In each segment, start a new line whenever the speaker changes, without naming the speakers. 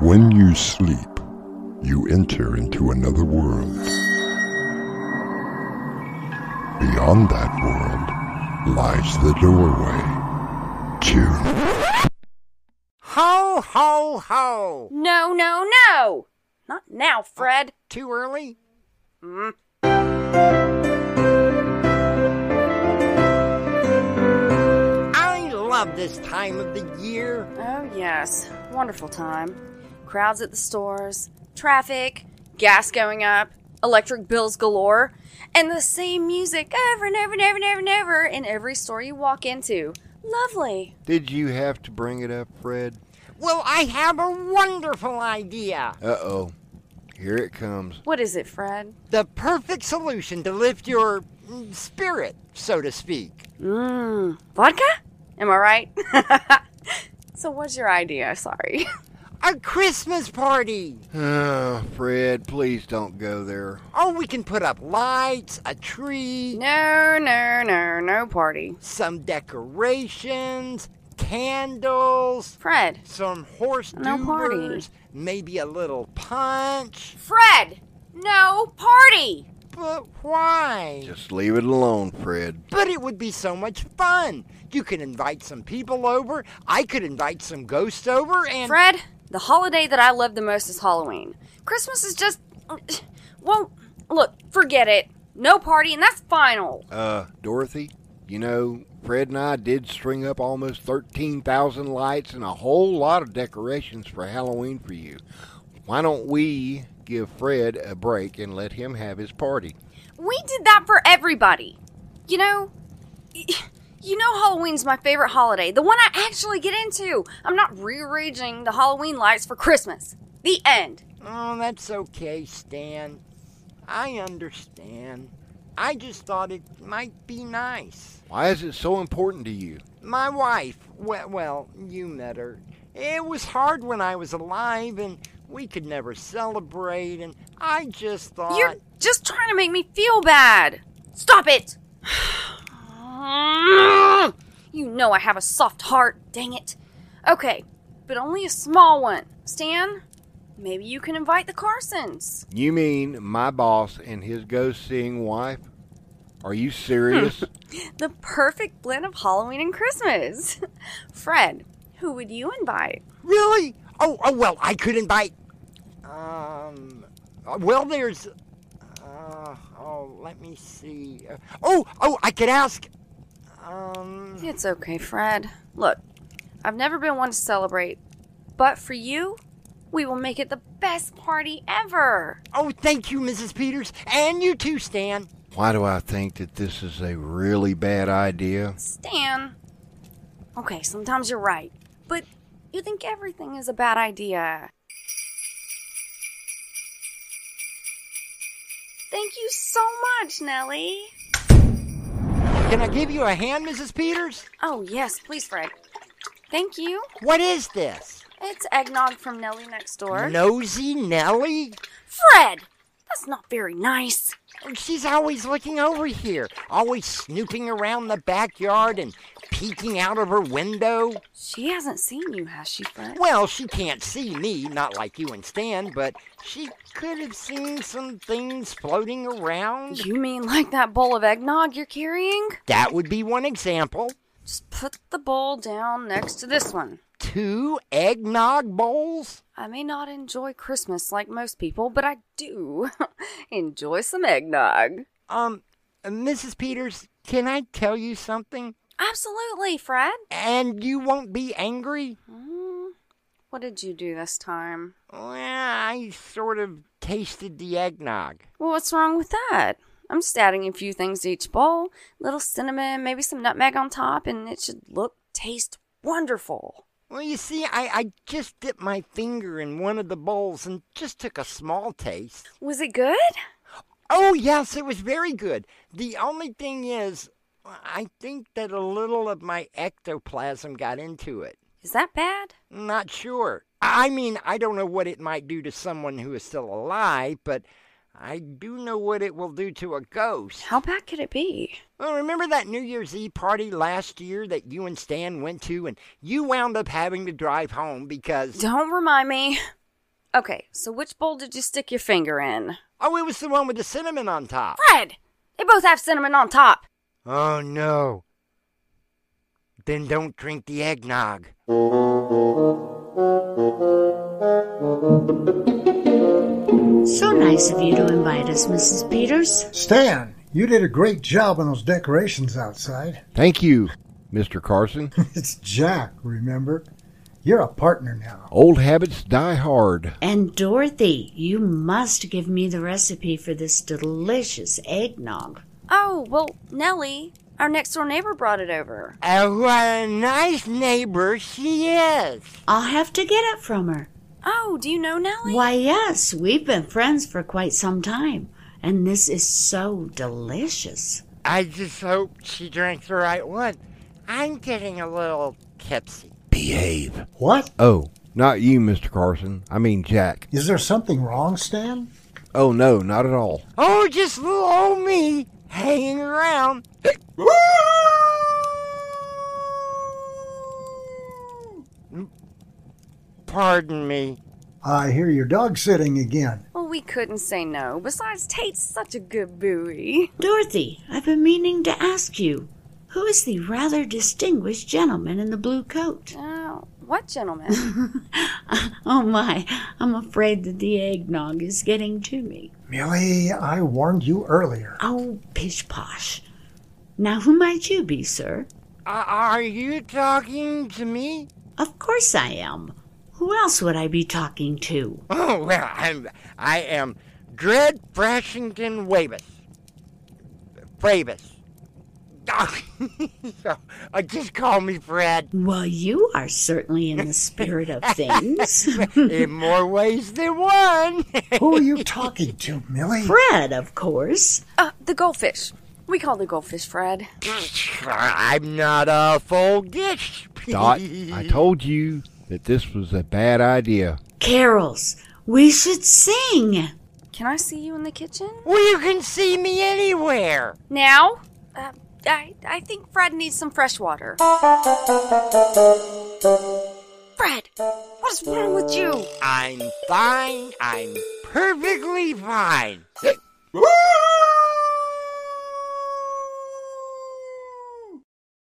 When you sleep, you enter into another world. Beyond that world lies the doorway to.
Ho, ho, ho!
No, no, no! Not now, Fred.
Too early?
Mm.
I love this time of the year.
Oh, yes. Wonderful time. Crowds at the stores, traffic, gas going up, electric bills galore, and the same music over and over and over and over and over in every store you walk into. Lovely.
Did you have to bring it up, Fred?
Well, I have a wonderful idea.
Uh oh. Here it comes.
What is it, Fred?
The perfect solution to lift your mm, spirit, so to speak.
Mmm. Vodka? Am I right? so, what's your idea? Sorry.
A Christmas party.
Oh, Fred, please don't go there.
Oh, we can put up lights, a tree,
No, no, no, no party.
some decorations, candles,
Fred.
some horse
No party.
doers, maybe a little punch.
Fred! No party!
But why?
Just leave it alone, Fred.
But it would be so much fun. You could invite some people over. I could invite some ghosts over and
Fred, the holiday that I love the most is Halloween. Christmas is just. Well, look, forget it. No party, and that's final.
Uh, Dorothy, you know, Fred and I did string up almost 13,000 lights and a whole lot of decorations for Halloween for you. Why don't we give Fred a break and let him have his party?
We did that for everybody. You know, you know Halloween's my favorite holiday, the one I actually get into. I'm not rearranging the Halloween lights for Christmas. The end.
Oh, that's okay, Stan. I understand. I just thought it might be nice.
Why is it so important to you?
My wife, well, well, you met her. It was hard when I was alive and we could never celebrate and I just thought
You're just trying to make me feel bad. Stop it. you know I have a soft heart, dang it. Okay, but only a small one. Stan, maybe you can invite the Carsons.
You mean my boss and his ghost seeing wife? Are you serious?
The perfect blend of Halloween and Christmas. Fred, who would you invite?
Really? Oh, oh well, I could invite. Um, uh, well, there's. Uh, oh, let me see. Uh, Oh, oh, I could ask. Um,
It's okay, Fred. Look, I've never been one to celebrate, but for you, we will make it the best party ever.
oh, thank you, Mrs. Peters, and you too, Stan.
Why do I think that this is a really bad idea?
Stan. Okay, sometimes you're right, but you think everything is a bad idea. Thank you so much, Nellie.
Can I give you a hand, Mrs. Peters?
Oh, yes, please, Fred. Thank you.
What is this?
It's eggnog from Nellie next door.
Nosy Nellie?
Fred! That's not very nice.
Oh, She's always looking over here, always snooping around the backyard and peeking out of her window.
She hasn't seen you, has she, Fred?
Well, she can't see me, not like you and Stan, but she could have seen some things floating around.
You mean like that bowl of eggnog you're carrying?
That would be one example.
Just put the bowl down next to this one.
Two eggnog bowls?
I may not enjoy Christmas like most people, but I do enjoy some eggnog.
Um, Mrs. Peters, can I tell you something?
Absolutely, Fred.
And you won't be angry?
Mm, what did you do this time?
Well, I sort of tasted the eggnog.
Well, what's wrong with that? I'm just adding a few things to each bowl little cinnamon, maybe some nutmeg on top, and it should look, taste wonderful.
Well, you see, I, I just dipped my finger in one of the bowls and just took a small taste.
Was it good?
Oh, yes, it was very good. The only thing is, I think that a little of my ectoplasm got into it.
Is that bad?
Not sure. I mean, I don't know what it might do to someone who is still alive, but I do know what it will do to a ghost.
How bad could it be?
Well, remember that New Year's Eve party last year that you and Stan went to, and you wound up having to drive home because.
Don't remind me. Okay, so which bowl did you stick your finger in?
Oh, it was the one with the cinnamon on top.
Fred! They both have cinnamon on top.
Oh no. Then don't drink the eggnog.
So nice of you to invite us, Mrs. Peters.
Stan, you did a great job on those decorations outside.
Thank you, Mr. Carson.
It's Jack, remember? You're a partner now.
Old habits die hard.
And Dorothy, you must give me the recipe for this delicious eggnog.
Oh, well, Nellie, our next door neighbor brought it over.
Oh, what a nice neighbor she is.
I'll have to get it from her.
Oh, do you know Nellie?
Why, yes, we've been friends for quite some time, and this is so delicious.
I just hope she drank the right one. I'm getting a little tipsy.
Behave.
What?
Oh, not you, Mr. Carson. I mean Jack.
Is there something wrong, Stan?
Oh, no, not at all.
Oh, just little old me hanging around. Pardon me.
I hear you're dog sitting again.
Well, we couldn't say no. Besides, Tate's such a good buoy.
Dorothy, I've been meaning to ask you who is the rather distinguished gentleman in the blue coat?
Oh, what gentleman?
oh my, I'm afraid that the eggnog is getting to me.
Millie, I warned you earlier.
Oh, pish posh. Now, who might you be, sir?
A- are you talking to me?
Of course I am. Who else would I be talking to?
Oh, well, I'm, I am Dread Frashington Wabus. Frabus. Uh, just call me Fred.
Well, you are certainly in the spirit of things.
In more ways than one.
Who are you talking to, Millie?
Fred, of course.
uh, the goldfish. We call the goldfish Fred.
I'm not a full dish.
Dot, I told you that this was a bad idea.
Carols. We should sing.
Can I see you in the kitchen?
Well, you can see me anywhere.
Now? Uh, I, I think Fred needs some fresh water. Fred, what is wrong with you?
I'm fine. I'm perfectly fine.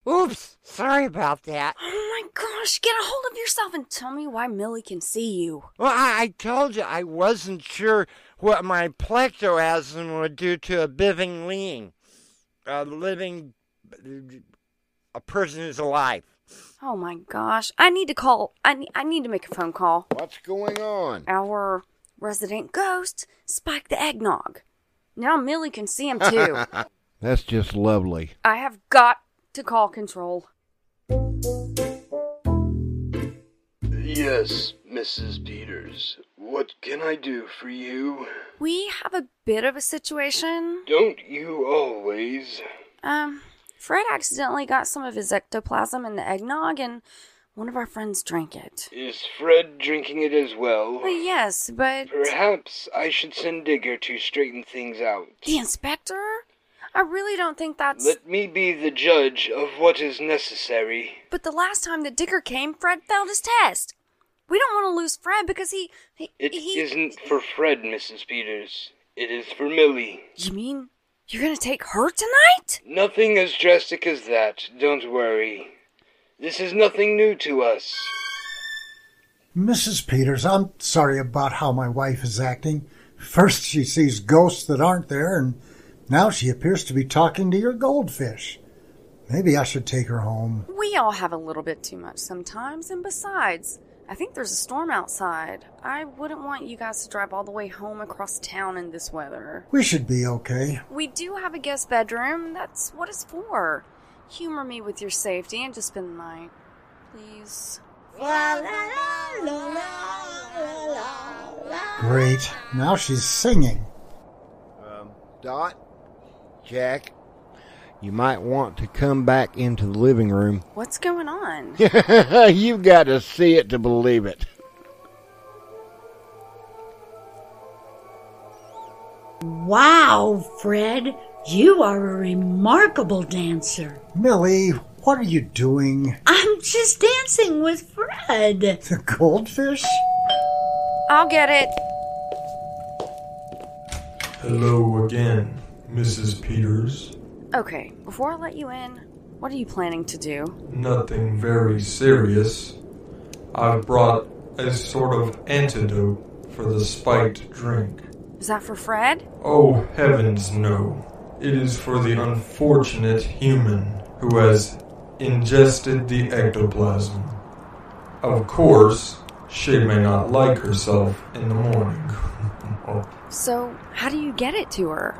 Oops, sorry about that.
Oh my gosh, get a hold of yourself and tell me why Millie can see you.
Well, I, I told you I wasn't sure what my plectoasm would do to a living being, a living, a person who's alive.
Oh my gosh, I need to call. I, ne- I need to make a phone call.
What's going on?
Our resident ghost spiked the eggnog. Now Millie can see him too.
That's just lovely.
I have got to call control.
Yes, Mrs. Peters. What can I do for you?
We have a bit of a situation.
Don't you always?
Um, Fred accidentally got some of his ectoplasm in the eggnog, and one of our friends drank it.
Is Fred drinking it as well?
Well, yes, but
Perhaps I should send Digger to straighten things out.
the inspector? I really don't think that's.
Let me be the judge of what is necessary.
But the last time that Digger came, Fred failed his test. We don't want to lose Fred because he. he
It
he,
not for Fred, Mrs. Peters. It is for Millie.
You mean you're going to take her tonight?
Nothing as drastic as that, don't worry. This is nothing new to us.
Mrs. Peters, I'm sorry about how my wife is acting. First, she sees ghosts that aren't there, and now she appears to be talking to your goldfish. Maybe I should take her home.
We all have a little bit too much sometimes, and besides, I think there's a storm outside. I wouldn't want you guys to drive all the way home across town in this weather.
We should be okay.
We do have a guest bedroom. That's what it's for. Humor me with your safety and just spend the night, please.
Great. Now she's singing.
Um, Dot, Jack, you might want to come back into the living room.
What's going on?
You've got to see it to believe it.
Wow, Fred, you are a remarkable dancer.
Millie, what are you doing?
I'm just dancing with Fred.
The goldfish?
I'll get it.
Hello again, Mrs. Peters.
Okay, before I let you in, what are you planning to do?
Nothing very serious. I've brought a sort of antidote for the spiked drink.
Is that for Fred?
Oh, heavens no. It is for the unfortunate human who has ingested the ectoplasm. Of course, she may not like herself in the morning.
So, how do you get it to her?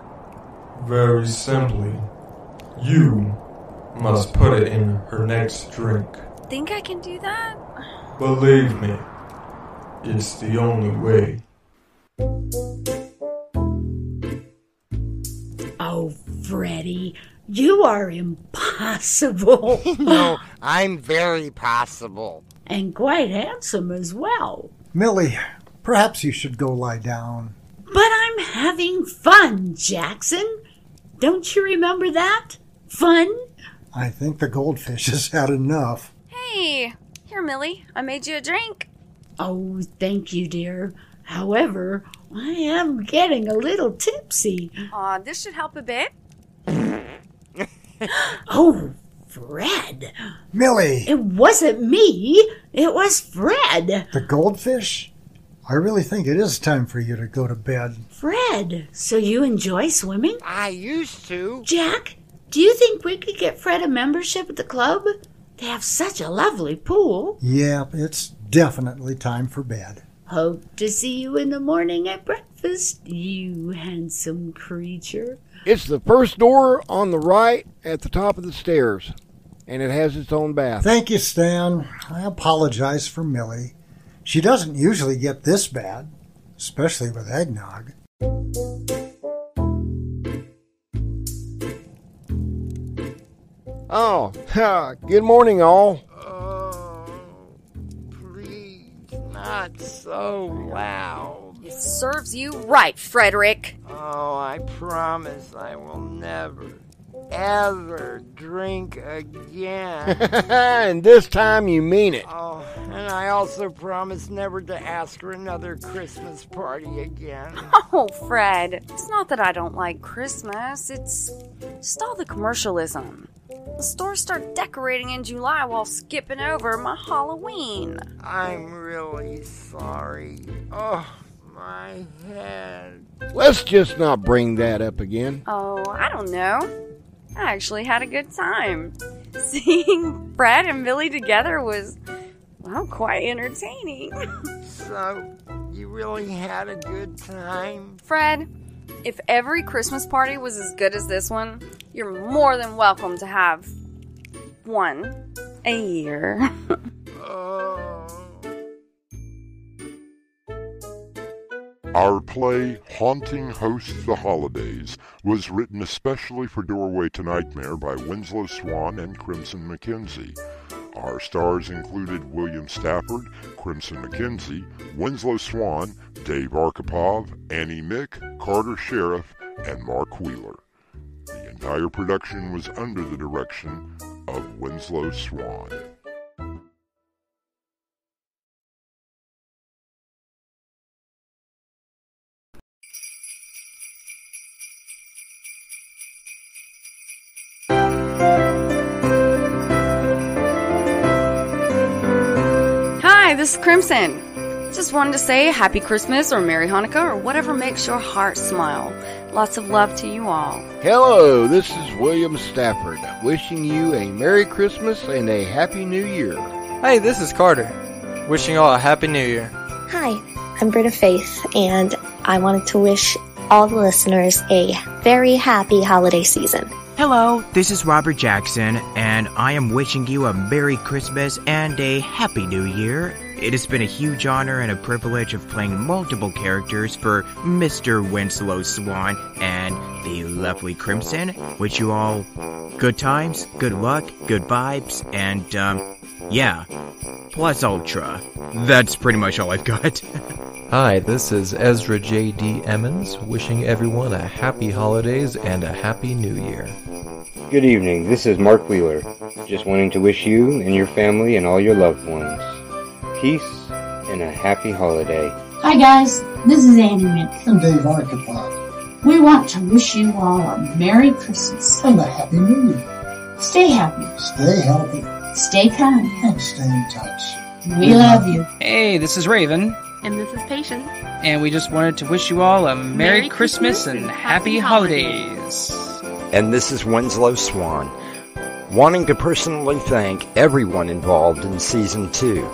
Very simply, you must put it in her next drink.
Think I can do that?
Believe me, it's the only way.
Oh, Freddie, you are impossible.
No, I'm very possible.
and quite handsome as well.
Millie, perhaps you should go lie down.
But I'm having fun, Jackson. Don't you remember that? Fun?
I think the goldfish has had enough.
Hey, here, Millie. I made you a drink.
Oh, thank you, dear. However, I am getting a little tipsy.
Aw, this should help a bit.
Oh, Fred.
Millie,
It wasn't me. It was Fred.
the goldfish? I really think it is time for you to go to bed.
Fred. So you enjoy swimming?
I used to.
Jack, do you think we could get Fred a membership at the club? They have such a lovely pool.
Yep, it's definitely time for bed.
Hope to see you in the morning at breakfast, you handsome creature.
It's the first door on the right at the top of the stairs, and it has its own bath.
Thank you, Stan. I apologize for Millie. She doesn't usually get this bad, especially with eggnog.
Oh, ha, good morning, all.
Oh, please, not so loud.
It serves you right, Frederick.
Oh, I promise I will never, ever drink again.
and this time you mean it.
oh, and I also promise never to ask for another Christmas party again.
Oh, Fred. It's not that I don't like Christmas, it's just all the commercialism. The stores start decorating in July while skipping over my Halloween.
I'm really sorry. Oh, my head.
Let's just not bring that up again.
Oh, I don't know. I actually had a good time. Seeing Brad and Billy together was, well, quite entertaining.
So, you really had a good time?
Fred, if every Christmas party was as good as this one, you're more than welcome to have one a year.
Oh.
Our play, Haunting Hosts the Holidays, was written especially for Doorway to Nightmare by Winslow Swan and Crimson McKenzie. Our stars included William Stafford, Crimson McKenzie, Winslow Swan, Dave Arkhipov, Annie Mick, Carter Sheriff, and Mark Wheeler. The entire production was under the direction of Winslow Swan.
Hi, this is Crimson. Just wanted to say Happy Christmas or Merry Hanukkah or whatever makes your heart smile. Lots of love to you all.
Hello, this is William Stafford, wishing you a Merry Christmas and a Happy New Year.
Hey, this is Carter. Wishing you all a Happy New Year.
Hi, I'm Britta Faith, and I wanted to wish all the listeners a very happy holiday season.
Hello, this is Robert Jackson, and I am wishing you a Merry Christmas and a Happy New Year. It has been a huge honor and a privilege of playing multiple characters for Mr. Winslow Swan and the lovely Crimson. Wish you all good times, good luck, good vibes, and, um, yeah, plus Ultra. That's pretty much all I've got.
Hi, this is Ezra J.D. Emmons, wishing everyone a happy holidays and a happy new year.
Good evening. This is Mark Wheeler. Just wanting to wish you and your family and all your loved ones peace and a happy holiday.
Hi guys, this is Andy Mick.
And Dave Archibald.
We want to wish you all a Merry Christmas.
And a Happy New Year.
Stay happy,
Stay healthy
stay kind,
and stay in touch.
We love you.
Hey, this is Raven,
And this is Patience.
and we just wanted to wish you all a Merry,
Merry
Christmas,
Christmas
and
and Happy
Happy Holidays.
and this is Winslow Swan, wanting to personally thank everyone involved in Season 2.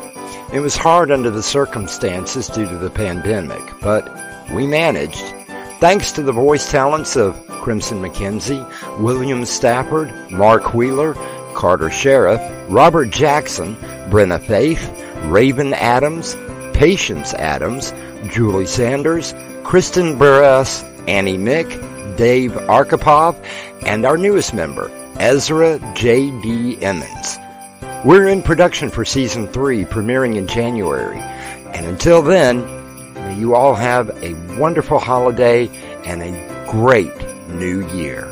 It was hard under the circumstances due to the pandemic, but we managed. Thanks to the voice talents of Crimson McKenzie, William Stafford, Mark Wheeler, Carter Sheriff, Robert Jackson, Brenna Faith, Raven Adams, Patience Adams, Julie Sanders, Kristen Burress, Annie Mick, Dave Arkhipov, and our newest member, Ezra J.D. Emmons. We're in production for season three, premiering in January. And until then, may you all have a wonderful holiday and a great new year.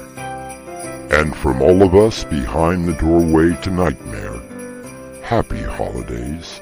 And from all of us behind the doorway to nightmare, happy holidays.